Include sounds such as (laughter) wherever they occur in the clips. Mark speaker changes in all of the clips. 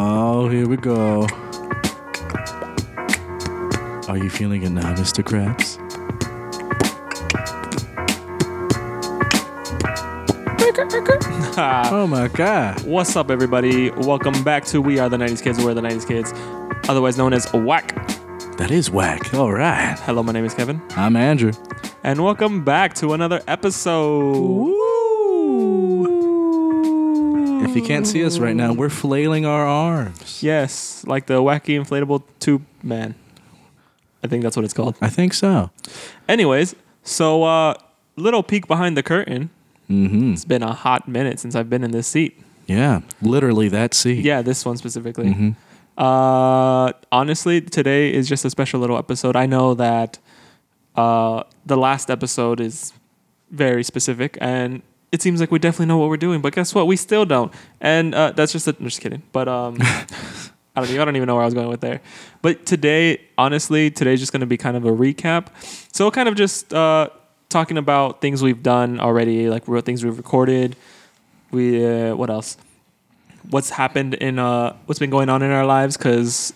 Speaker 1: Oh, feeling it now, Mr. Krabs?
Speaker 2: (laughs) Ha.
Speaker 1: Oh my god.
Speaker 2: What's up, everybody? Welcome back to We Are the 90s Kids, We're the 90s Kids, otherwise known as WAC.
Speaker 1: That is whack. All right.
Speaker 2: Hello, my name is Kevin,
Speaker 1: I'm Andrew.
Speaker 2: and welcome back to another episode.
Speaker 1: If you can't see us right now, we're flailing our arms.
Speaker 2: Yes, like the wacky inflatable tube man. I think that's what it's called.
Speaker 1: I think so.
Speaker 2: Anyways, so uh little peek behind the curtain.
Speaker 1: Mm-hmm.
Speaker 2: It's been a hot minute since I've been in this seat.
Speaker 1: Yeah. Literally that seat.
Speaker 2: Yeah, this one specifically.
Speaker 1: hmm
Speaker 2: Uh, honestly, today is just a special little episode. I know that uh, the last episode is very specific, and it seems like we definitely know what we're doing. But guess what? We still don't. And uh, that's just a, I'm just kidding. But um, I don't. know- I don't even know where I was going with there. But today, honestly, today's just going to be kind of a recap. So kind of just uh, talking about things we've done already, like real things we've recorded. We uh, what else? what's happened in uh what's been going on in our lives because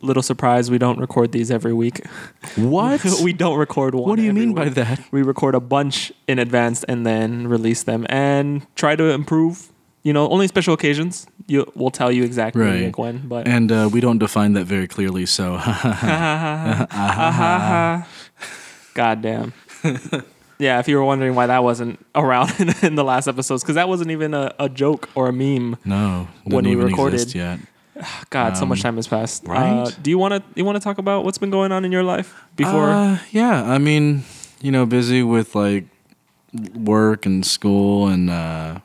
Speaker 2: little surprise we don't record these every week (laughs)
Speaker 1: What?
Speaker 2: we don't record one
Speaker 1: what do you
Speaker 2: every
Speaker 1: mean by
Speaker 2: week.
Speaker 1: that?
Speaker 2: we record a bunch in advance and then release them and try to improve you know only special occasions you we'll tell you exactly
Speaker 1: Right.
Speaker 2: like when but
Speaker 1: And uh, we don't define that very clearly, so Uh-huh.
Speaker 2: (laughs) god damn (laughs) yeah if you were wondering why that wasn't around (laughs) in, in the last episodes because that wasn't even a, a joke or a meme
Speaker 1: no. doesn't
Speaker 2: When we
Speaker 1: even
Speaker 2: recorded.
Speaker 1: exist yet.
Speaker 2: god so much time has passed Uh,
Speaker 1: Um, right?
Speaker 2: do you want to you want to talk about what's been going on in your life before
Speaker 1: Uh, yeah, I mean, you know, busy with like work and school and uh,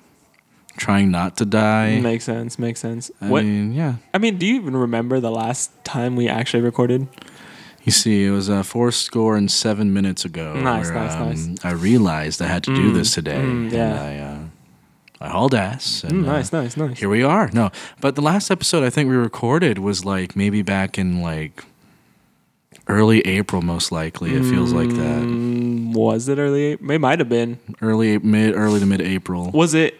Speaker 1: trying not to die.
Speaker 2: Makes sense. Makes sense.
Speaker 1: I
Speaker 2: what?
Speaker 1: mean, yeah.
Speaker 2: I mean, do you even remember the last time we actually recorded?
Speaker 1: You see, it was uh, four score and seven minutes ago.
Speaker 2: Nice, nice,
Speaker 1: nice. I realized I had to do
Speaker 2: Mm,
Speaker 1: this today.
Speaker 2: mm, yeah.
Speaker 1: And I, uh, I hauled ass. And,
Speaker 2: Mm,
Speaker 1: uh,
Speaker 2: nice, nice, nice.
Speaker 1: here we are. No, but the last episode I think we recorded was like maybe back in like early April, most likely. It feels like that.
Speaker 2: Mm, was it early? April? It might have been.
Speaker 1: Early, mid, early to mid April.
Speaker 2: Was it?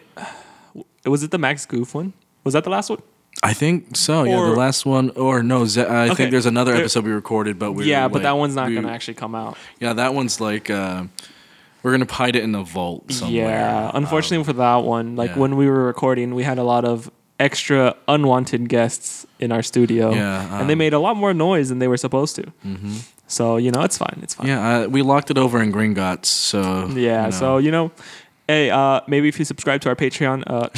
Speaker 2: Was it the Max Goof one? Was that the last one?
Speaker 1: I think so. yeah,
Speaker 2: Or-
Speaker 1: the last one, or no, Ze- I
Speaker 2: Okay.
Speaker 1: think there's another
Speaker 2: There-
Speaker 1: episode we recorded, but we
Speaker 2: yeah, but that one's not
Speaker 1: we-
Speaker 2: gonna actually come out.
Speaker 1: Yeah, that one's like uh, we're gonna hide it in a vault somewhere. Um,
Speaker 2: Yeah, unfortunately for that one, like
Speaker 1: yeah.
Speaker 2: when we were recording, we had a lot of extra unwanted guests in our studio,
Speaker 1: Yeah,
Speaker 2: and they
Speaker 1: um, mm-hmm.
Speaker 2: made a lot more noise than they were supposed to. So you know, it's fine. It's fine.
Speaker 1: yeah, uh, we locked it over in Gringotts, so
Speaker 2: Yeah.
Speaker 1: you know.
Speaker 2: So you know, hey, uh, maybe if you subscribe to our Patreon,
Speaker 1: (laughs)
Speaker 2: uh,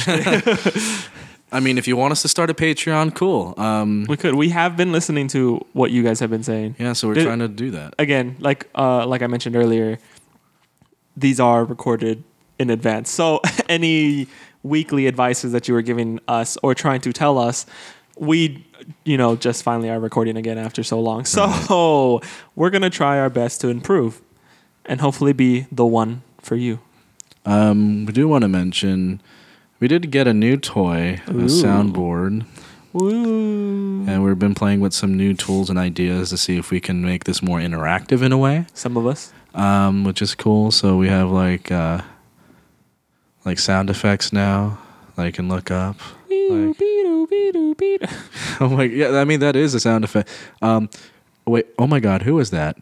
Speaker 1: I mean, if you want us to start a Patreon, cool. Um,
Speaker 2: we could. We have been listening to what you guys have been saying.
Speaker 1: yeah, so we're
Speaker 2: Did-
Speaker 1: trying to do that.
Speaker 2: Again, like uh, like I mentioned earlier, these are recorded in advance. So (laughs) any weekly advices that you were giving us or trying to tell us, we you know just finally are recording again after so long. So (laughs) we're gonna try our best to improve, and hopefully be the one for you.
Speaker 1: Um, we do want to mention we did get a new toy, a
Speaker 2: Ooh.
Speaker 1: soundboard,
Speaker 2: Woo!
Speaker 1: and we've been playing with some new tools and ideas to see if we can make this more interactive in a way.
Speaker 2: Some of us.
Speaker 1: um, which is cool. So we have like uh, like sound effects now. I can look up. (laughs) Like- oh my, yeah. I mean, that is a sound effect. Um, wait. Oh my God, who is that?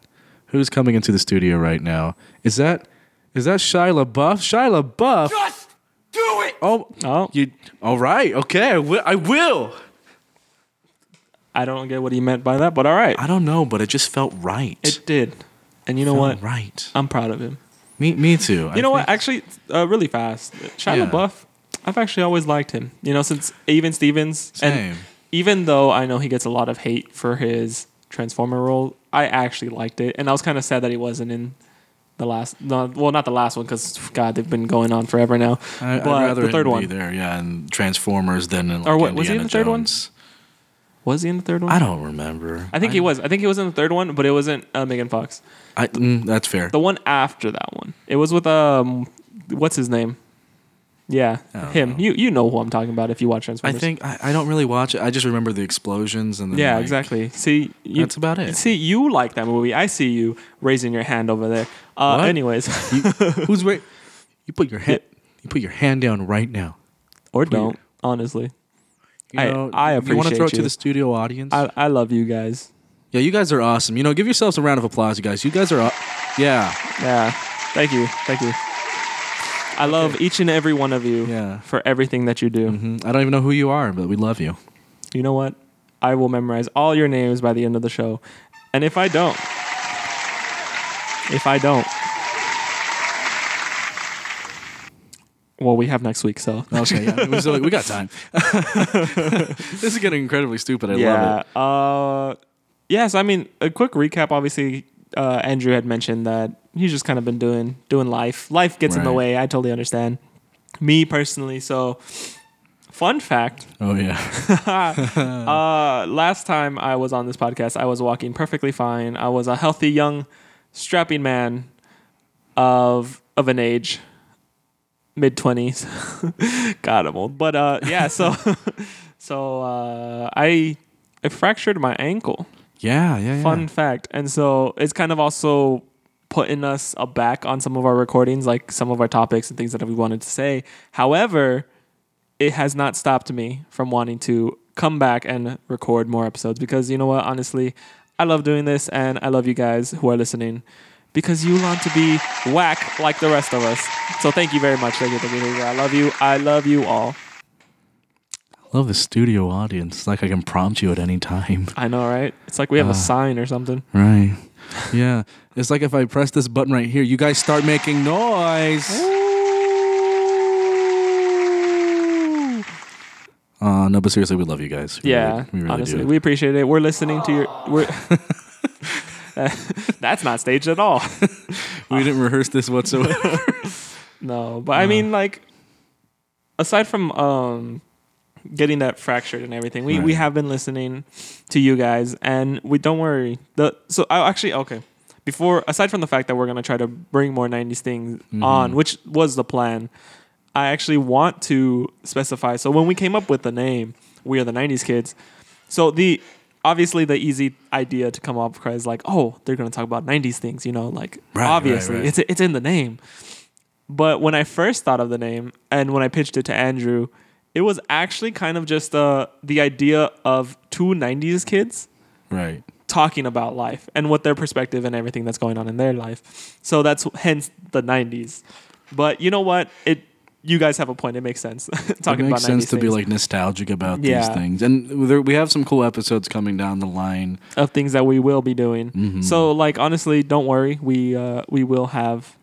Speaker 1: Who's coming into the studio right now? Is that is that Shia LaBeouf? Shia LaBeouf. Just do it. Oh,
Speaker 2: Oh,
Speaker 1: you. All right. Okay. I will. I will.
Speaker 2: I don't get what he meant by that, but all right.
Speaker 1: I don't know, but it just felt right.
Speaker 2: It did. And you know
Speaker 1: Felt
Speaker 2: what?
Speaker 1: Right.
Speaker 2: I'm proud of him.
Speaker 1: Me. Me too.
Speaker 2: You know what? Actually, uh, really fast. Shia
Speaker 1: Yeah.
Speaker 2: LaBeouf, I've actually always liked him. You know, since even Stevens.
Speaker 1: Same.
Speaker 2: And even though I know he gets a lot of hate for his Transformer role, I actually liked it. And I was kind of sad that he wasn't in the last, no, well, not the last one, because, God, they've been going on forever now.
Speaker 1: I,
Speaker 2: but
Speaker 1: I'd rather
Speaker 2: the third
Speaker 1: him
Speaker 2: one.
Speaker 1: be there, yeah, and Transformers than in, like,
Speaker 2: Or what, was he in
Speaker 1: Indiana
Speaker 2: the third one?
Speaker 1: Jones.
Speaker 2: Was he in the third one?
Speaker 1: I don't remember.
Speaker 2: I think he was. I think he was in the third one, but it wasn't uh, Megan Fox.
Speaker 1: I, mm, that's fair.
Speaker 2: The one after that one. It was with um, what's his name? Yeah,
Speaker 1: I don't
Speaker 2: him.
Speaker 1: know.
Speaker 2: You you know who I'm talking about if you
Speaker 1: I
Speaker 2: watch Transformers.
Speaker 1: think I, I don't really watch it. I just remember the explosions and then
Speaker 2: Yeah,
Speaker 1: like,
Speaker 2: exactly. See, you,
Speaker 1: That's about it.
Speaker 2: (laughs) See, you like that movie. I see you raising your hand over there. Uh,
Speaker 1: What? (laughs)
Speaker 2: anyways,
Speaker 1: Who's right? You put your hand. You put your hand down right now.
Speaker 2: or
Speaker 1: your-
Speaker 2: don't. Honestly,
Speaker 1: You
Speaker 2: I-
Speaker 1: know,
Speaker 2: I
Speaker 1: You wanna throw
Speaker 2: appreciate
Speaker 1: it to
Speaker 2: you.
Speaker 1: the studio audience?
Speaker 2: I I love you guys.
Speaker 1: Yeah, you guys are awesome. You know, give yourselves a round of applause, you guys. You guys are, aw- yeah,
Speaker 2: Yeah. Thank you. Thank you. I love each and every one of you
Speaker 1: yeah.
Speaker 2: for everything that you do.
Speaker 1: hmm I don't even know who you are, but we love you.
Speaker 2: You know what? I will memorize all your names by the end of the show. And if I don't, if I don't, well, we have next week, so.
Speaker 1: Okay, yeah, we, still- we got time. (laughs) this is getting incredibly stupid. I love
Speaker 2: yeah.
Speaker 1: it.
Speaker 2: Uh, yes, I mean, a quick recap. Obviously, uh, Andrew had mentioned that he's just kind of been doing doing life. Life gets in the
Speaker 1: Right.
Speaker 2: way. I totally understand. Me personally, so fun fact.
Speaker 1: Oh yeah,
Speaker 2: uh, last time I was on this podcast, I was walking perfectly fine. I was a healthy, young, strapping man of of an age, mid twenties. (laughs) God, I'm old, but uh, yeah. So, (laughs) so uh, I I fractured my ankle.
Speaker 1: yeah, yeah. yeah.
Speaker 2: Fun fact, and so it's kind of also putting us aback on some of our recordings, like some of our topics and things that we wanted to say. However, it has not stopped me from wanting to come back and record more episodes because you know what? Honestly, I love doing this and I love you guys who are listening because you want to be whack like the rest of us. So thank you very much. Thank you. Thank you. Thank you. I love you. I love you all.
Speaker 1: Love the studio audience. Like I can prompt you at any time. (laughs)
Speaker 2: I know, right? It's like we have
Speaker 1: Ah.
Speaker 2: a sign or something.
Speaker 1: Right. Yeah. It's like if I press this button right here, you guys start making noise. Uh, no, but seriously, we love you guys. We
Speaker 2: Yeah,
Speaker 1: really- we really
Speaker 2: honestly,
Speaker 1: do.
Speaker 2: we appreciate it. We're listening to your. We're (laughs) that's not staged at all.
Speaker 1: We, didn't rehearse this
Speaker 2: (laughs)
Speaker 1: whatsoever.
Speaker 2: No, but I mean, like, aside from um, getting that fractured and everything, we, we
Speaker 1: Right.
Speaker 2: have been listening to you guys, and we don't worry. The so I actually okay. Before, aside from the fact that we're gonna try to bring more '90s things on, which was the plan, I actually want to specify. So when we came up with the name, we are the '90s kids. So the obviously the easy idea to come up with is like, oh, they're gonna talk about '90s things, you know, like
Speaker 1: Right, right,
Speaker 2: obviously
Speaker 1: right.
Speaker 2: it's it's in the name. But when I first thought of the name and when I pitched it to Andrew, it was actually kind of just uh, the idea of two 90s kids
Speaker 1: right.
Speaker 2: talking about life and what their perspective and everything that's going on in their life. So that's hence the 90s. But you know what? It you guys have a point. It makes sense. (laughs) Talking
Speaker 1: it makes
Speaker 2: about
Speaker 1: sense
Speaker 2: 90s
Speaker 1: to be
Speaker 2: things,
Speaker 1: like nostalgic about
Speaker 2: Yeah.
Speaker 1: these things, and there, we have some cool episodes coming down the line.
Speaker 2: of things that we will be doing.
Speaker 1: Mm-hmm.
Speaker 2: So like honestly, don't worry. We uh, we will have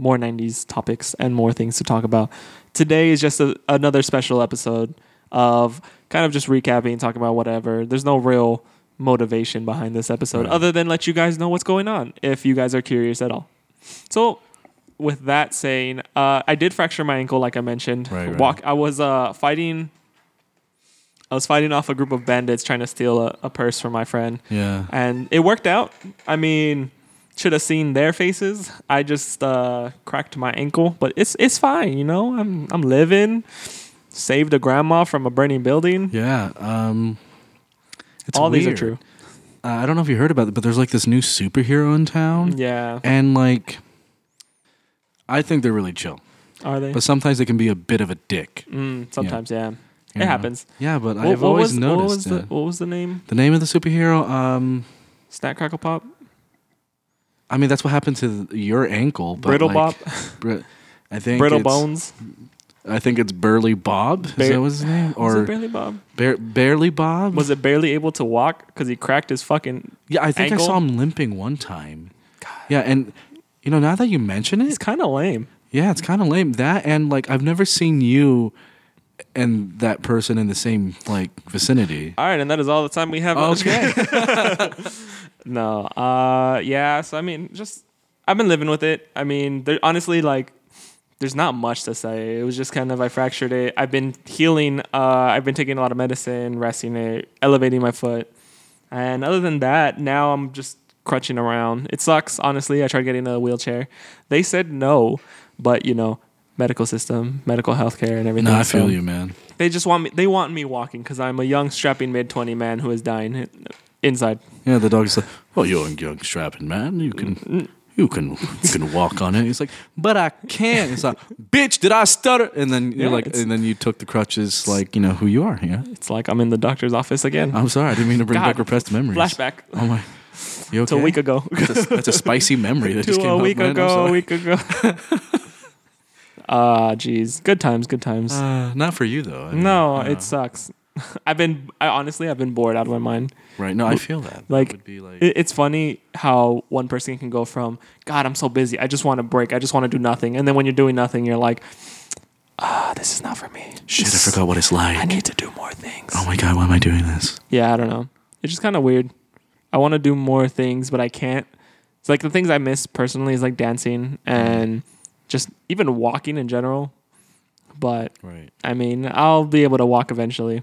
Speaker 2: more 90s topics and more things to talk about. Today is just a, another special episode of kind of just recapping, talking about whatever. There's no real motivation behind this episode
Speaker 1: Right.
Speaker 2: other than let you guys know what's going on if you guys are curious at all. So with that saying, uh, I did fracture my ankle like I mentioned.
Speaker 1: Right, right.
Speaker 2: Walk I was uh, fighting I was fighting off a group of bandits trying to steal a, a purse from my friend
Speaker 1: Yeah.
Speaker 2: and it worked out. I mean, should have seen their faces. I just uh, cracked my ankle, but it's it's fine. You know, I'm I'm living. Saved a grandma from a burning building.
Speaker 1: Yeah. Um, it's
Speaker 2: All these are
Speaker 1: weird.
Speaker 2: true.
Speaker 1: Uh, I don't know if you heard about it, but there's like this new superhero in town,
Speaker 2: Yeah,
Speaker 1: and like, I think they're really chill,
Speaker 2: are they?
Speaker 1: but sometimes they can be a bit of a dick.
Speaker 2: Mm, sometimes, yeah,
Speaker 1: you know?
Speaker 2: it happens.
Speaker 1: Yeah, but
Speaker 2: What-
Speaker 1: I've
Speaker 2: what
Speaker 1: always
Speaker 2: was-
Speaker 1: noticed
Speaker 2: What was, the,
Speaker 1: that.
Speaker 2: what was the name?
Speaker 1: The name of the superhero? Um,
Speaker 2: Snack Crackle Pop.
Speaker 1: I mean, that's what happened to th- your ankle. But
Speaker 2: Brittle
Speaker 1: like,
Speaker 2: Bop.
Speaker 1: Bri- I think
Speaker 2: Brittle
Speaker 1: it's,
Speaker 2: Bones.
Speaker 1: I think it's Burly Bob. Is
Speaker 2: Ba-
Speaker 1: that what his name?
Speaker 2: was
Speaker 1: Or
Speaker 2: it barely Bob?
Speaker 1: Bar- Barely Bob?
Speaker 2: Was it barely able to walk because he cracked his fucking?
Speaker 1: yeah, I think
Speaker 2: ankle?
Speaker 1: I saw him limping one time.
Speaker 2: God.
Speaker 1: Yeah, and you know, now that you mention
Speaker 2: It's
Speaker 1: it,
Speaker 2: kind of lame.
Speaker 1: yeah, it's kind of lame. That and like I've never seen you and that person in the same like vicinity.
Speaker 2: All right, and that is all the time we have.
Speaker 1: Okay.
Speaker 2: (laughs) No. Uh yeah, so I mean just I've been living with it. I mean, there honestly like there's not much to say. It was just kind of I fractured it. I've been healing, uh I've been taking a lot of medicine, resting it, elevating my foot. And other than that, now I'm just crutching around. It sucks, honestly. I tried getting a wheelchair. They said no, but you know, medical system, medical healthcare and everything.
Speaker 1: no, I
Speaker 2: so-
Speaker 1: feel you, man.
Speaker 2: They just want me they want me walking cuz I'm a young strapping mid 20 man who is dying inside.
Speaker 1: Yeah, the dog's like, "Well, you're a young strapping man. You can, you can, you can walk on it." He's like, "But I can't." It's like, "Bitch, did I stutter?" And then you're
Speaker 2: Yeah,
Speaker 1: like,
Speaker 2: it's-
Speaker 1: and then you took the crutches, like you know who you are. Yeah,
Speaker 2: It's like I'm in the doctor's office again.
Speaker 1: I'm sorry, I didn't mean to bring
Speaker 2: God.
Speaker 1: back repressed memories.
Speaker 2: Flashback.
Speaker 1: Oh my, You
Speaker 2: to a
Speaker 1: okay?
Speaker 2: week ago.
Speaker 1: (laughs) That's a, that's a spicy memory
Speaker 2: (laughs)
Speaker 1: that just
Speaker 2: to
Speaker 1: came
Speaker 2: a
Speaker 1: up.
Speaker 2: week
Speaker 1: man. I'm
Speaker 2: ago, a
Speaker 1: sorry. (laughs)
Speaker 2: week ago. Ah, jeez, good times, good times.
Speaker 1: Uh, not for you though. I mean,
Speaker 2: no,
Speaker 1: uh,
Speaker 2: it sucks. (laughs) I've been, I honestly, I've been bored out of my mind.
Speaker 1: right. No, I feel that.
Speaker 2: like,
Speaker 1: that would be like
Speaker 2: It, it's funny how one person can go from God, I'm so busy, I just want to break, I just want to do nothing, and then when you're doing nothing, you're like, Ah, this is not for me.
Speaker 1: shit. I
Speaker 2: This-
Speaker 1: forgot what it's
Speaker 2: I
Speaker 1: like.
Speaker 2: need to do more things.
Speaker 1: Oh my god, why am I doing this?
Speaker 2: Yeah, I don't know. It's just kind of weird. I want to do more things, but I can't. It's like the things I miss personally is like dancing and just even walking in general. But
Speaker 1: Right.
Speaker 2: I mean, I'll be able to walk eventually.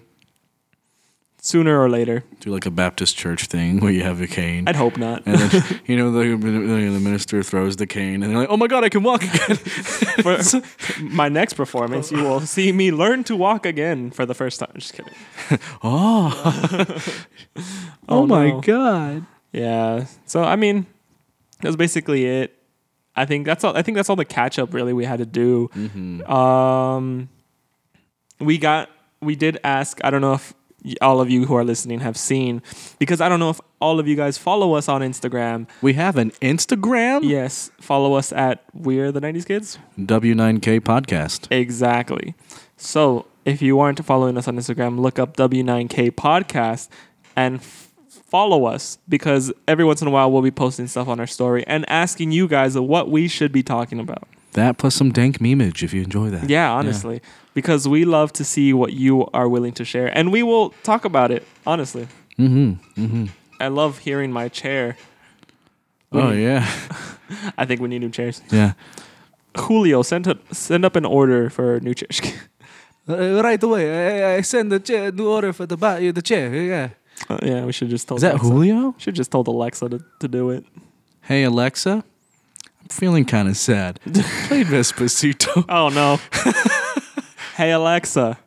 Speaker 2: Sooner or later.
Speaker 1: Do like a Baptist church thing where you have a cane.
Speaker 2: I'd
Speaker 1: (laughs)
Speaker 2: hope not.
Speaker 1: and then, you know, the, the minister throws the cane, and they're like, "Oh my God, I can walk again!"
Speaker 2: For (laughs) my next performance, you will see me learn to walk again for the first time. Just kidding.
Speaker 1: (laughs) (laughs) Oh,
Speaker 2: Oh, no.
Speaker 1: God!
Speaker 2: Yeah. So I mean, that's basically it. I think that's all. I think that's all the catch up really we had to do.
Speaker 1: Mm-hmm.
Speaker 2: Um, we got we did ask. I don't know if y- all of you who are listening have seen because I don't know if all of you guys follow us on Instagram.
Speaker 1: We have an Instagram
Speaker 2: Yes, follow us at We're the '90s Kids.
Speaker 1: W9K podcast.
Speaker 2: Exactly. So if you aren't following us on Instagram, look up W9K Podcast and f- follow us because every once in a while we'll be posting stuff on our story and asking you guys what we should be talking about.
Speaker 1: That plus some dank memeage if you enjoy that.
Speaker 2: Yeah, honestly, because we love to see what you are willing to share and we will talk about it, honestly.
Speaker 1: Mm-hmm. Mm-hmm.
Speaker 2: I love hearing my chair. We
Speaker 1: Oh
Speaker 2: need-
Speaker 1: yeah,
Speaker 2: I think we need new chairs.
Speaker 1: yeah.
Speaker 2: Julio, send up, send up an order for new chairs.
Speaker 1: (laughs) Uh, right away, I, I send the chair, new order for the ba- the chair. Yeah.
Speaker 2: (laughs) Uh, yeah, we should just tell
Speaker 1: Is that
Speaker 2: Alexa.
Speaker 1: Julio?
Speaker 2: Should just told Alexa to, to do it.
Speaker 1: Hey Alexa, I'm feeling kind of (laughs) sad. Play Vespacito.
Speaker 2: Oh
Speaker 1: (laughs)
Speaker 2: no. hey Alexa.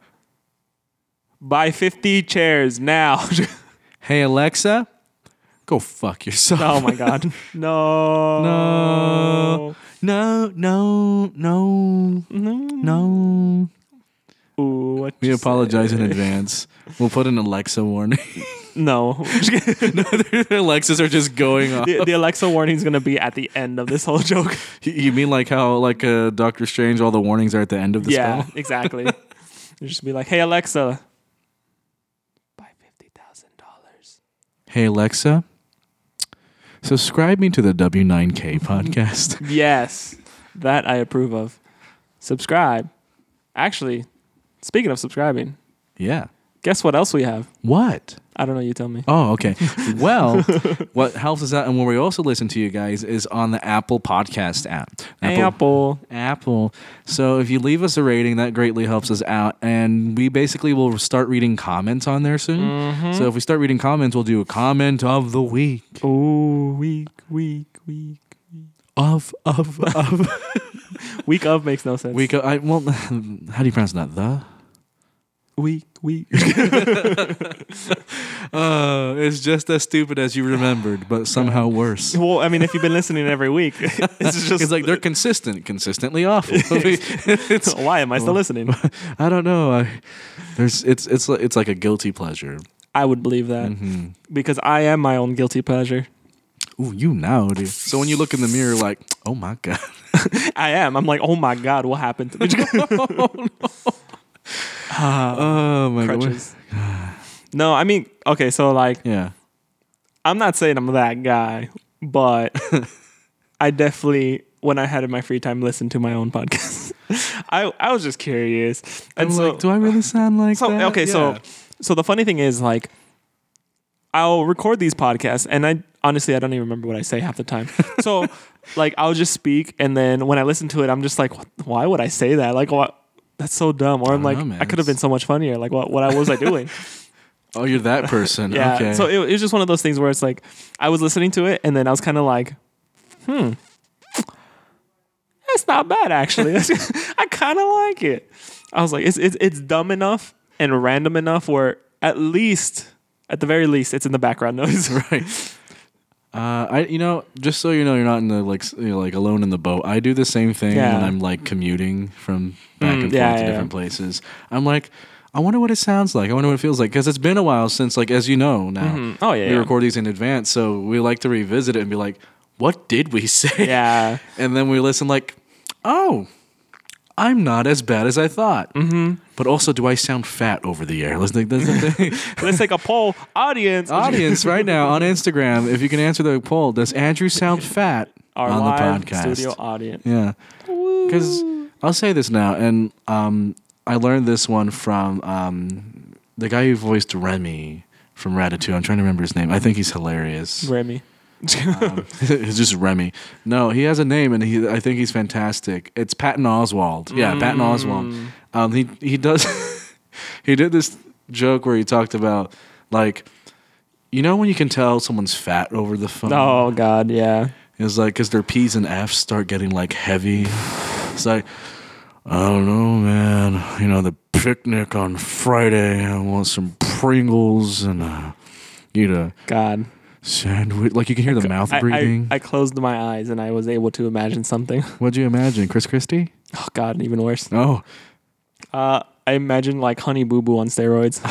Speaker 2: Buy 50 chairs now. (laughs)
Speaker 1: Hey Alexa, go fuck yourself.
Speaker 2: oh
Speaker 1: (laughs)
Speaker 2: my god. No.
Speaker 1: No. No, no, no,
Speaker 2: No.
Speaker 1: no.
Speaker 2: Ooh, what
Speaker 1: We
Speaker 2: you
Speaker 1: apologize in
Speaker 2: say?
Speaker 1: advance. We'll put an Alexa warning. (laughs)
Speaker 2: No. (laughs)
Speaker 1: no, their Alexas are just going off.
Speaker 2: the, the Alexa warning is going to be at the end of this whole joke.
Speaker 1: You mean like how like uh, Doctor Strange, all the warnings are at the end (laughs) of the
Speaker 2: yeah,
Speaker 1: spell? (laughs)
Speaker 2: exactly. You just be like, "Hey Alexa, buy $50,000."
Speaker 1: Hey Alexa, subscribe me to the (laughs) W9K podcast.
Speaker 2: Yes. That I approve of. Subscribe. Actually, speaking of subscribing,
Speaker 1: yeah.
Speaker 2: guess what else we have?
Speaker 1: What?
Speaker 2: I don't know. You tell me.
Speaker 1: Oh, okay. Well, (laughs) what helps us out and where we also listen to you guys is on the Apple Podcast app.
Speaker 2: Apple.
Speaker 1: Apple. So if you leave us a rating, that greatly helps us out. And we basically will start reading comments on there soon. So if we start reading comments, we'll do a comment of the week.
Speaker 2: Ooh, week, week, week.
Speaker 1: Of, of, of.
Speaker 2: Week of makes no sense.
Speaker 1: week. Of, I, well, (laughs) how do you pronounce that? The?
Speaker 2: week, week.
Speaker 1: (laughs) Uh, it's just as stupid as you remembered, but (laughs) somehow worse.
Speaker 2: well, I mean, if you've been listening every week, (laughs) this is
Speaker 1: (laughs)
Speaker 2: just
Speaker 1: It's like they're consistent, consistently awful. (laughs) it's,
Speaker 2: why am I still listening?
Speaker 1: (laughs) I don't know. I, there's it's it's like- it's like a guilty pleasure.
Speaker 2: I would believe that
Speaker 1: Mm-hmm.
Speaker 2: because I am my own guilty pleasure.
Speaker 1: Ooh, you now, dude. So when you look in the mirror, like, oh my god,
Speaker 2: I am. I'm like, oh my god, what happened? To me? Ah,
Speaker 1: oh my god,
Speaker 2: crutches. (sighs) No, I mean, okay, so like,
Speaker 1: yeah,
Speaker 2: I'm not saying I'm that guy, but (laughs) I definitely, when I had in my free time, listened to my own podcast. (laughs) I I was just curious, and
Speaker 1: I'm
Speaker 2: so
Speaker 1: like, do I really
Speaker 2: (laughs)
Speaker 1: sound like
Speaker 2: so
Speaker 1: that?
Speaker 2: okay so so the funny thing is like i'll record these podcasts and i honestly i don't even remember what i say half
Speaker 1: (laughs)
Speaker 2: the time so like i'll just speak and then when i listen to it i'm just like what, why would i say that like what that's so dumb or i'm
Speaker 1: I
Speaker 2: like
Speaker 1: don't know, man.
Speaker 2: i could have been so much funnier like what what i was
Speaker 1: (laughs)
Speaker 2: i doing
Speaker 1: oh, you're
Speaker 2: (laughs)
Speaker 1: that person.
Speaker 2: yeah
Speaker 1: Okay. (laughs)
Speaker 2: so it, it was just one of those things where it's like i was listening to it and then i was kind of like hmm that's not bad
Speaker 1: (laughs)
Speaker 2: actually (laughs) i kind of like it i was like it's, it's it's dumb enough and random enough where at least at the very least it's in the
Speaker 1: (laughs)
Speaker 2: background noise (laughs)
Speaker 1: right. Uh, I you know just so you know you're not in the like s- you know, like alone in the boat. I do the same thing
Speaker 2: Yeah.
Speaker 1: when I'm like commuting from back and
Speaker 2: Mm,
Speaker 1: forth
Speaker 2: yeah,
Speaker 1: to
Speaker 2: yeah,
Speaker 1: different places. I'm like, I wonder what it sounds like. I wonder what it feels like because it's been a while since, like, as you know now,
Speaker 2: Mhm. Oh, yeah,
Speaker 1: we
Speaker 2: yeah.
Speaker 1: record these in advance, so we like to revisit it and be like, what did we (laughs) say?
Speaker 2: Yeah.
Speaker 1: and then we listen, like, oh, I'm not as bad as I thought. Mm-hmm. But also, do I sound fat over the air? Let's think that's the
Speaker 2: (laughs)
Speaker 1: thing.
Speaker 2: Let's take a poll. Audience.
Speaker 1: Audience, right now on Instagram, if you can answer the poll, does Andrew sound fat
Speaker 2: Our
Speaker 1: on
Speaker 2: live
Speaker 1: the podcast?
Speaker 2: studio audience.
Speaker 1: Yeah. Because I'll say this now, and um, I learned this one from um, the guy who voiced Remy from Ratatouille. I'm trying to remember his name. I think he's hilarious.
Speaker 2: Remy.
Speaker 1: Um, (laughs) it's just Remy. No, he has a name, and he, I think he's fantastic. It's Patton Oswald. Yeah, Patton
Speaker 2: Mm.
Speaker 1: Oswald. Um, he he does. (laughs) he did this joke where he talked about like, you know, when you can tell someone's fat over the phone.
Speaker 2: Oh God, yeah.
Speaker 1: It's like because their P's and F's start getting like heavy. It's like I don't know, man. You know, the picnic on Friday. I want some Pringles and uh, eat a
Speaker 2: God.
Speaker 1: sandwich. Like you can hear the mouth
Speaker 2: I- I,
Speaker 1: breathing.
Speaker 2: I closed my eyes and I was able to imagine something. (laughs)
Speaker 1: What'd you imagine, Chris Christie?
Speaker 2: Oh God, even worse.
Speaker 1: Oh,
Speaker 2: Uh, I imagine like Honey Boo Boo on steroids.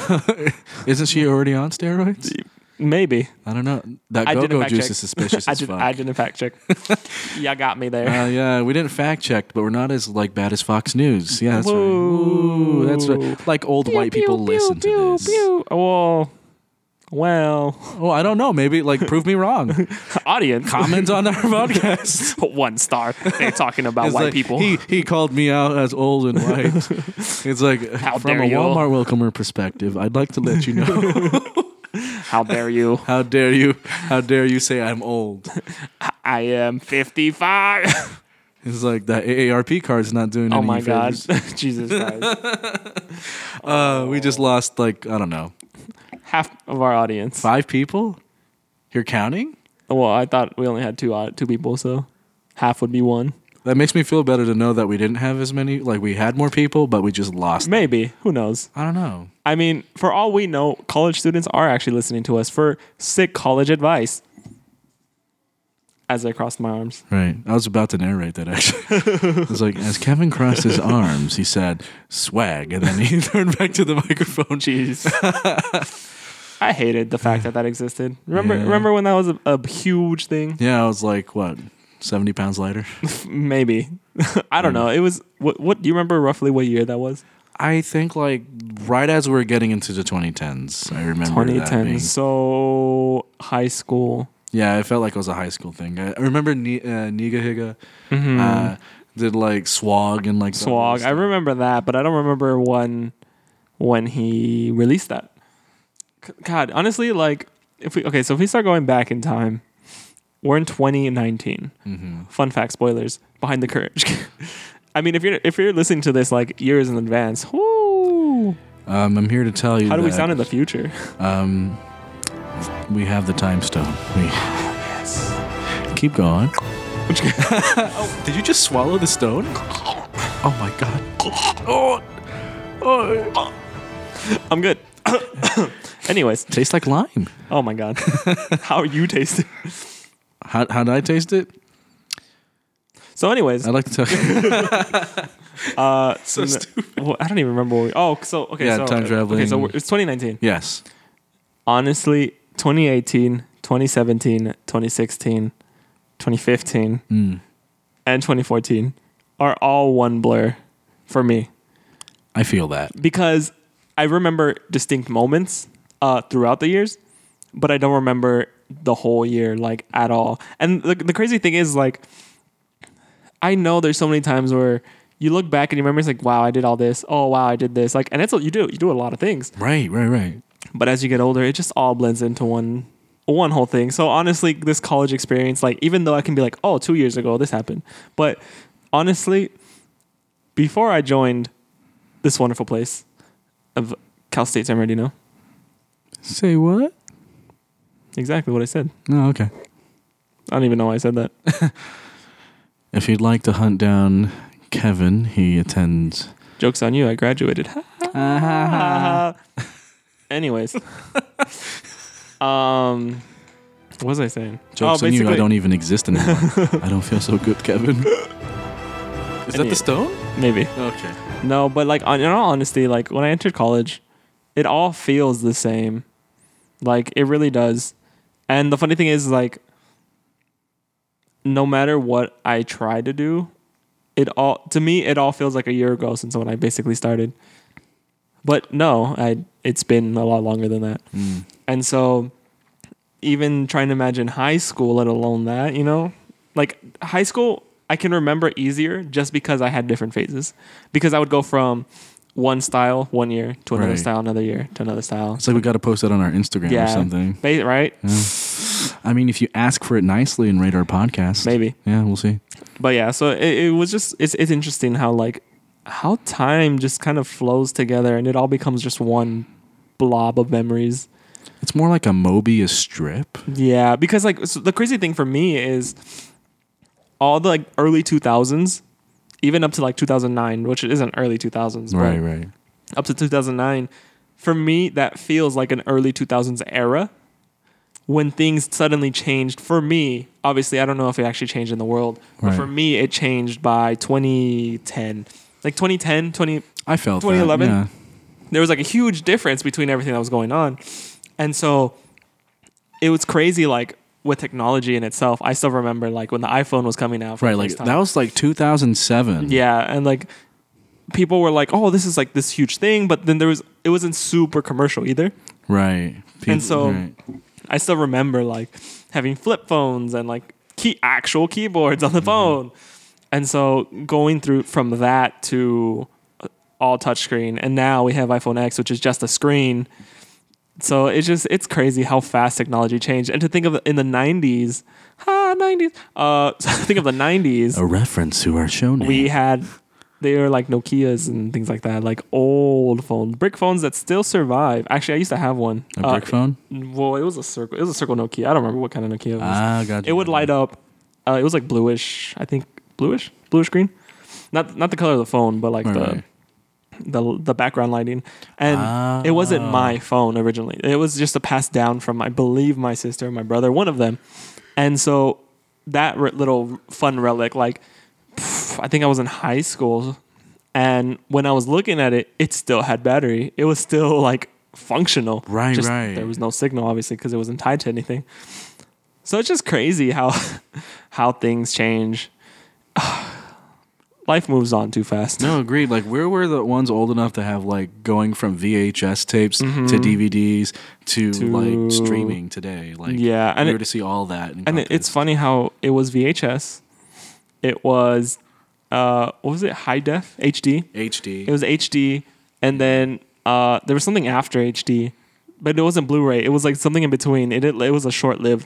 Speaker 2: (laughs)
Speaker 1: isn't she already on steroids?
Speaker 2: Maybe.
Speaker 1: I don't know. That
Speaker 2: I didn't
Speaker 1: go-go
Speaker 2: fact
Speaker 1: juice
Speaker 2: check.
Speaker 1: is suspicious
Speaker 2: (laughs) I
Speaker 1: as
Speaker 2: did.
Speaker 1: fuck.
Speaker 2: I didn't fact
Speaker 1: (laughs)
Speaker 2: check. yeah, got me there.
Speaker 1: Uh, yeah, we didn't fact check, but we're not as like bad as Fox News. Yeah, that's right. Ooh, that's
Speaker 2: Whoa.
Speaker 1: right. Like old
Speaker 2: Pew,
Speaker 1: white
Speaker 2: pew,
Speaker 1: people
Speaker 2: pew,
Speaker 1: listen
Speaker 2: pew,
Speaker 1: to this.
Speaker 2: pew. Well, well, (laughs)
Speaker 1: Oh, I don't know. Maybe like prove me wrong.
Speaker 2: audience. (laughs)
Speaker 1: Comment on our podcast.
Speaker 2: One star. They're talking about
Speaker 1: It's
Speaker 2: white
Speaker 1: like,
Speaker 2: people.
Speaker 1: He he called me out as old and
Speaker 2: (laughs)
Speaker 1: white. it's like
Speaker 2: How
Speaker 1: from
Speaker 2: dare
Speaker 1: a
Speaker 2: you.
Speaker 1: Walmart welcomer perspective. I'd like to let you
Speaker 2: (laughs)
Speaker 1: know.
Speaker 2: How dare
Speaker 1: (laughs)
Speaker 2: you?
Speaker 1: how dare you? How dare you say I'm old?
Speaker 2: I am 55.
Speaker 1: (laughs) It's like that AARP card's not doing.
Speaker 2: oh
Speaker 1: any
Speaker 2: my God.
Speaker 1: favors.
Speaker 2: (laughs) Jesus
Speaker 1: (laughs)
Speaker 2: Christ.
Speaker 1: Uh, we just lost like I don't know
Speaker 2: Half of our audience.
Speaker 1: five people. You're counting.
Speaker 2: Well, I thought we only had two uh, two people, so half would be one.
Speaker 1: That makes me feel better to know that we didn't have as many. Like we had more people, but we just lost.
Speaker 2: Maybe. Who knows?
Speaker 1: I don't know.
Speaker 2: I mean, for all we know, college students are actually listening to us for sick college advice. As I crossed my arms.
Speaker 1: Right. I was about to narrate that actually. (laughs) It's like, as Kevin crossed his arms, he said, swag. And then he (laughs) turned back to the microphone.
Speaker 2: Jeez. (laughs) I hated the fact that that existed. Remember,
Speaker 1: Yeah.
Speaker 2: remember when that was a, a huge thing?
Speaker 1: Yeah, I was like, what, 70 pounds lighter?
Speaker 2: Maybe. (laughs) I don't know. It was. What? What? Do you remember roughly what year that was?
Speaker 1: I think, like, right as we were getting into the 2010s, I remember that
Speaker 2: 2010.
Speaker 1: being.
Speaker 2: So high school.
Speaker 1: Yeah, it felt like it was a high school thing. I I remember Ni- uh, Niga Higa uh, did, like, swag and, like, the whole
Speaker 2: Mm. Swag. I
Speaker 1: stuff.
Speaker 2: remember that, but I don't remember when when he released that. C- God, honestly, like if we okay, so if we start going back in time, we're in 2019.
Speaker 1: Mm-hmm.
Speaker 2: Fun fact, spoilers behind the courage. (laughs) I mean, if you're if you're listening to this like years in advance, whoo,
Speaker 1: Um, I'm here to tell you
Speaker 2: how do we
Speaker 1: that,
Speaker 2: sound in the future? (laughs)
Speaker 1: Um, we have the time stone. We keep going. oh, did you just swallow the stone? Oh my god! Oh, oh.
Speaker 2: I'm good. (coughs) Anyways,
Speaker 1: tastes like lime.
Speaker 2: oh my god, (laughs) how are you tasting?
Speaker 1: How how did I taste it?
Speaker 2: So, anyways,
Speaker 1: I'd like to tell
Speaker 2: (laughs)
Speaker 1: you.
Speaker 2: Uh,
Speaker 1: So
Speaker 2: n-
Speaker 1: stupid.
Speaker 2: Well, I don't even remember. What we, oh, so okay.
Speaker 1: Yeah,
Speaker 2: so,
Speaker 1: time traveling.
Speaker 2: Okay, so we're, it's 2019.
Speaker 1: yes.
Speaker 2: Honestly, 2018, 2017, 2016, 2015,
Speaker 1: Mm.
Speaker 2: and 2014 are all one blur for me
Speaker 1: I feel that.
Speaker 2: because I remember distinct moments uh, throughout the years, but I don't remember the whole year like at all. And the, the crazy thing is like, I know there's so many times where you look back and you remember it's like, wow, I did all this. Oh wow, I did this. Like, and that's what you do. You do a lot of things,
Speaker 1: Right, right, right.
Speaker 2: but as you get older, it just all blends into one one whole thing. So honestly, this college experience, like even though I can be like, oh, two years ago this happened, but honestly, before I joined this wonderful place of Cal State San Bernardino,
Speaker 1: Say what?
Speaker 2: exactly what I said.
Speaker 1: No, okay.
Speaker 2: I don't even know why I said that.
Speaker 1: If you'd like to hunt down Kevin, he
Speaker 2: (laughs)
Speaker 1: attends.
Speaker 2: Jokes on you, I graduated. Oh, Anyways, um, what was I saying? (laughs)
Speaker 1: Jokes on you. I don't even exist anymore. I don't feel so good, Kevin. Is that
Speaker 2: Yeah.
Speaker 1: the stone?
Speaker 2: Maybe.
Speaker 1: Okay.
Speaker 2: No, but like on, in all honesty, like when I entered college, it all feels the same. Like it really does. And the funny thing is like no matter what I try to do, it all to me it all feels like a year ago since when I basically started. But no, I it's been a lot longer than that.
Speaker 1: Mm.
Speaker 2: And so even trying to imagine high school, let alone that, you know, like high school, I can remember easier just because I had different phases. Because I would go from one style one year to another
Speaker 1: Right.
Speaker 2: style another year to another style.
Speaker 1: It's like we got to post that on our Instagram
Speaker 2: Yeah.
Speaker 1: or something.
Speaker 2: Ba- right?
Speaker 1: I mean, if you ask for it nicely and rate our podcast,
Speaker 2: Maybe.
Speaker 1: Yeah, we'll see.
Speaker 2: But yeah, so it, it was just, it's, it's interesting how like, how time just kind of flows together and it all becomes just one blob of memories.
Speaker 1: It's more like a Mobius strip.
Speaker 2: Yeah, because like so the crazy thing for me is all the like early 2000s, even up to like 2009, which isn't early 2000s, but
Speaker 1: Right, right.
Speaker 2: up to 2009, for me that feels like an early 2000s era when things suddenly changed for me. Obviously, I don't know if it actually changed in the world, but
Speaker 1: Right.
Speaker 2: for me it changed by 2010. Like 2010, 20
Speaker 1: I felt that,
Speaker 2: 2011?
Speaker 1: yeah.
Speaker 2: there was like a huge difference between everything that was going on. And so it was crazy, like with technology in itself. I still remember like when the iPhone was coming out. For
Speaker 1: Right,
Speaker 2: the
Speaker 1: like
Speaker 2: first
Speaker 1: that
Speaker 2: time.
Speaker 1: was like 2007.
Speaker 2: yeah. And like people were like, oh, this is like this huge thing. But then there was, it wasn't super commercial either.
Speaker 1: Right. People-
Speaker 2: so-
Speaker 1: right.
Speaker 2: I still remember like having flip phones and like key actual keyboards
Speaker 1: Mm-hmm.
Speaker 2: on the phone. And so going through from that to uh, all touchscreen and now we have iPhone X which is just a screen. So it's just it's crazy how fast technology changed and to think of the- in the 90s, ah 90s. Uh (laughs) so think of the 90s
Speaker 1: a reference to our show name.
Speaker 2: we had they were like Nokias and things like that, like old phones, brick phones that still survive. Actually, I used to have one.
Speaker 1: a
Speaker 2: Uh,
Speaker 1: brick phone?
Speaker 2: well, it was a circle. It was a circle Nokia. I don't remember what kind of Nokia it was.
Speaker 1: Ah, gotcha.
Speaker 2: it would light up. Uh, it was like bluish. I think bluish, bluish green. Not not the color of the phone, but like
Speaker 1: Right,
Speaker 2: the,
Speaker 1: right.
Speaker 2: the the background lighting. And it wasn't
Speaker 1: Ah.
Speaker 2: my phone originally. It was just a pass down from I believe my sister, my brother, one of them. And so that re- little fun relic, like pff, I think I was in high school, and when I was looking at it, it still had battery. It was still like functional.
Speaker 1: Right,
Speaker 2: (laughs) Just
Speaker 1: right.
Speaker 2: There was no signal, obviously, because it wasn't tied to anything. So it's just crazy how (laughs) how things change. (sighs) Life moves on too
Speaker 1: (laughs)
Speaker 2: fast.
Speaker 1: No, agreed. Like, where were the ones old enough to have like going from VHS tapes to DVDs to,
Speaker 2: Mm-hmm. To-
Speaker 1: like streaming today? Like,
Speaker 2: Yeah, and
Speaker 1: we
Speaker 2: it-
Speaker 1: were to see all that.
Speaker 2: and it, it's
Speaker 1: encompassed.
Speaker 2: funny how it was VHS. It was uh, what was it? High def HD.
Speaker 1: HD.
Speaker 2: It was HD, and then uh, there was something after HD, but it wasn't Blu-ray. It was like something in between. It it, it was a short-lived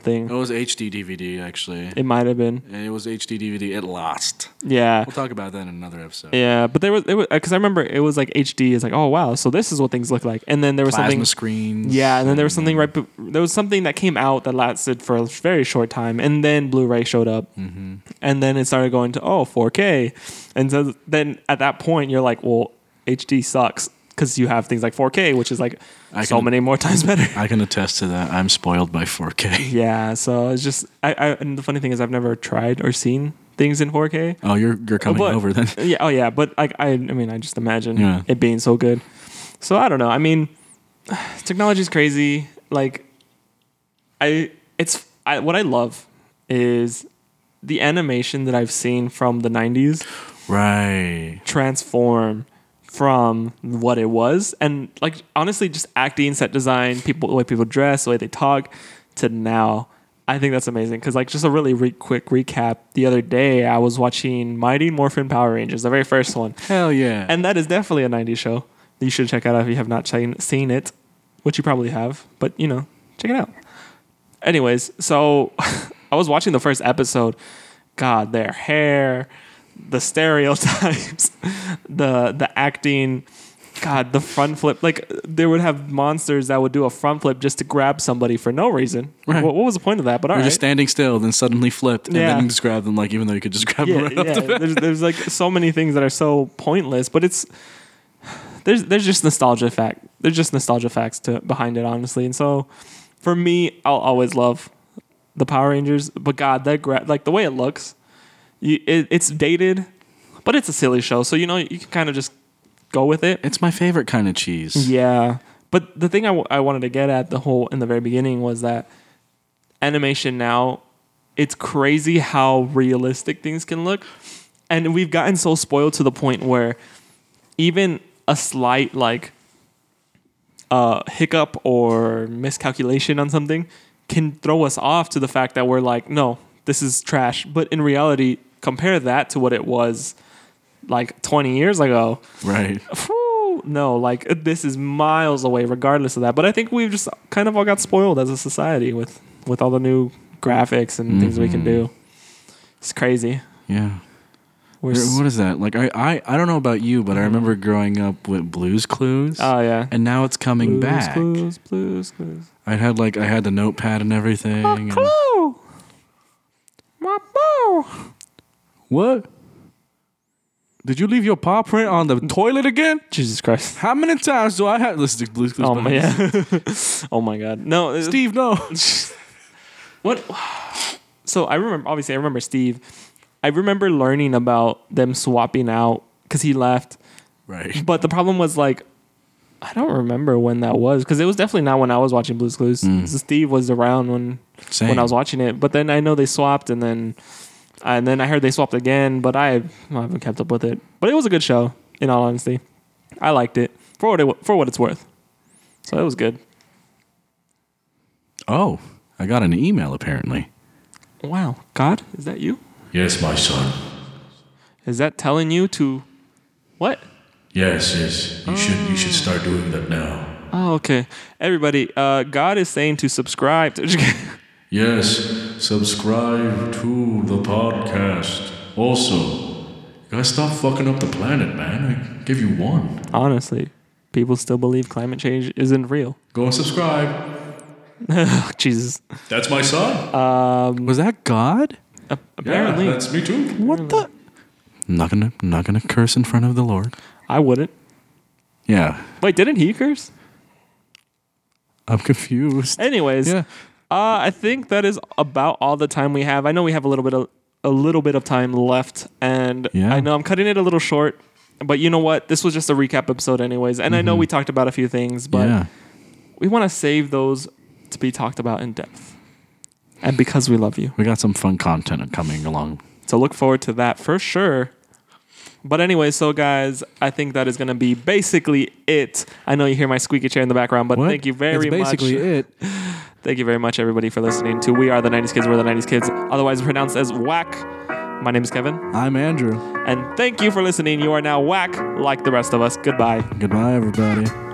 Speaker 1: Oh, it
Speaker 2: thing.
Speaker 1: was HD DVD actually,
Speaker 2: It might have been.
Speaker 1: and it was HD DVD. It lost.
Speaker 2: Yeah.
Speaker 1: We'll talk about that in another episode.
Speaker 2: Yeah, but there was it because I remember it was like HD is like oh wow so this is what things look like and then there was
Speaker 1: Plasma
Speaker 2: something
Speaker 1: screens. Mm-hmm.
Speaker 2: yeah and then there was something right be- there was something that came out that lasted for a very short time and then Blu-ray showed up
Speaker 1: hmm
Speaker 2: and then it started going to oh 4K, and so then at that point you're like, well, HD sucks because you have things like 4K, which is like
Speaker 1: I
Speaker 2: so
Speaker 1: can-
Speaker 2: many more times better. (laughs)
Speaker 1: I can attest to that. I'm spoiled by 4K.
Speaker 2: yeah, so it's just I, I and the funny thing is I've never tried or seen things in 4K.
Speaker 1: Oh, you're you're coming
Speaker 2: But-
Speaker 1: over
Speaker 2: (laughs)
Speaker 1: then.
Speaker 2: Yeah, oh yeah, but like I I mean I just imagine
Speaker 1: Yeah.
Speaker 2: it being so good. So I don't know. I mean, (sighs) technology's crazy. Like I it's I, what I love is the animation that I've seen from the 90s
Speaker 1: Right.
Speaker 2: transform from what it was and like honestly just acting set design people the way people dress the way they talk to now i think that's amazing because like just a really re- quick recap the other day i was watching mighty morphin power rangers the very first one
Speaker 1: Hell yeah.
Speaker 2: and that is definitely a 90s show that you should check out if you have not seen seen it which you probably have but you know check it out anyways so (laughs) i was watching the first episode god their hair the stereotypes (laughs) the the acting god the front flip like they would have monsters that would do a front flip just to grab somebody for no reason
Speaker 1: Right.
Speaker 2: what, what was the point of that but all
Speaker 1: Or
Speaker 2: right
Speaker 1: just standing still, then suddenly flipped, and
Speaker 2: Yeah.
Speaker 1: then just grabbed them. Like even though you could just grab
Speaker 2: yeah,
Speaker 1: them right off
Speaker 2: yeah.
Speaker 1: the bat.
Speaker 2: There's, there's like so many things that are so pointless, but it's there's there's just nostalgia fact. There's just nostalgia facts to behind it, honestly. And so, for me, I'll always love the Power Rangers. But God, that gra- like the way it looks, you, it, it's dated, But it's a silly show, so you know you can kind of just go with it.
Speaker 1: It's my favorite kind of cheese.
Speaker 2: Yeah. But the thing I, w- I wanted to get at the whole in the very beginning was that animation now, it's crazy how realistic things can look. And we've gotten so spoiled to the point where even a slight like uh, hiccup or miscalculation on something can throw us off to the fact that we're like, no, this is trash. But in reality, compare that to what it was like 20 years ago.
Speaker 1: Right.
Speaker 2: Phew, no, like uh, this is miles away, regardless of that. But I think we've just kind of all got spoiled as a society with with all the new graphics and things we can
Speaker 1: Mhm.
Speaker 2: do. It's crazy.
Speaker 1: Yeah.
Speaker 2: We're s-
Speaker 1: what is that? Like I, I I don't know about you, but I remember growing up with Blues Clues.
Speaker 2: oh yeah,
Speaker 1: and now it's coming
Speaker 2: blues,
Speaker 1: back.
Speaker 2: Blues, blues, blues.
Speaker 1: I had like I had the notepad and everything.
Speaker 2: My
Speaker 1: and-
Speaker 2: clue, my bow.
Speaker 1: what? Did you leave your paw print on the toilet again? (laughs)
Speaker 2: Jesus Christ!
Speaker 1: How many times do I have? Listen to Blues Clues.
Speaker 2: Oh
Speaker 1: by
Speaker 2: my, yeah. (laughs) oh my God! No, it's-
Speaker 1: Steve, no.
Speaker 2: What? (sighs) So I remember. Obviously, I remember Steve. I remember learning about them swapping out because he left.
Speaker 1: (laughs) right.
Speaker 2: But the problem was like, I don't remember when that was because it was definitely not when I was watching Blue's Clues. So Steve was around when
Speaker 1: Same.
Speaker 2: when I was watching it, but then I know they swapped, and then and then I heard they swapped again, but I, I haven't kept up with it. But it was a good show, in all honesty. I liked it for what it, for what it's worth. So it was good.
Speaker 1: oh, I got an email apparently.
Speaker 2: Wow, God, is that you?
Speaker 3: Yes, my son.
Speaker 2: Is that telling you to what?
Speaker 3: Yes, yes. You should you should start doing that now.
Speaker 2: Oh, okay. Everybody, uh, God is saying to subscribe. (laughs) To
Speaker 3: Yes, subscribe to the podcast. Also, you guys stop fucking up the planet, man. I give you one.
Speaker 2: Honestly, people still believe climate change isn't real. (laughs) Oh,
Speaker 3: Go and subscribe.
Speaker 2: Jesus.
Speaker 3: That's my son.
Speaker 1: Was that God?
Speaker 2: A-
Speaker 3: yeah,
Speaker 2: apparently,
Speaker 3: that's me too.
Speaker 1: What the? I'm not gonna I'm not gonna curse in front of the Lord.
Speaker 2: I wouldn't.
Speaker 1: Yeah,
Speaker 2: Wait, didn't he curse?
Speaker 1: I'm confused.
Speaker 2: Anyways,
Speaker 1: Yeah.
Speaker 2: uh, I think that is about all the time we have. I know we have a little bit of a little bit of time left, and
Speaker 1: Yeah.
Speaker 2: I know I'm cutting it a little short. But you know what? This was just a recap episode, anyways. And I know we talked about a few things, but
Speaker 1: Mm-hmm. yeah.
Speaker 2: we want to save those to be talked about in depth. And because we love you.
Speaker 1: We got some fun content coming along.
Speaker 2: So look forward to that for sure. But anyway, so guys, I think that is going to be basically it. I know you hear my squeaky chair in the background, but
Speaker 1: What?
Speaker 2: thank you very
Speaker 1: That's basically
Speaker 2: much.
Speaker 1: it.
Speaker 2: Thank you very much, everybody, for listening to We Are the 90s Kids, We're the 90s Kids, otherwise pronounced as whack. My name is Kevin,
Speaker 1: I'm Andrew.
Speaker 2: and thank you for listening. You are now whack like the rest of us. Goodbye.
Speaker 1: Goodbye, everybody.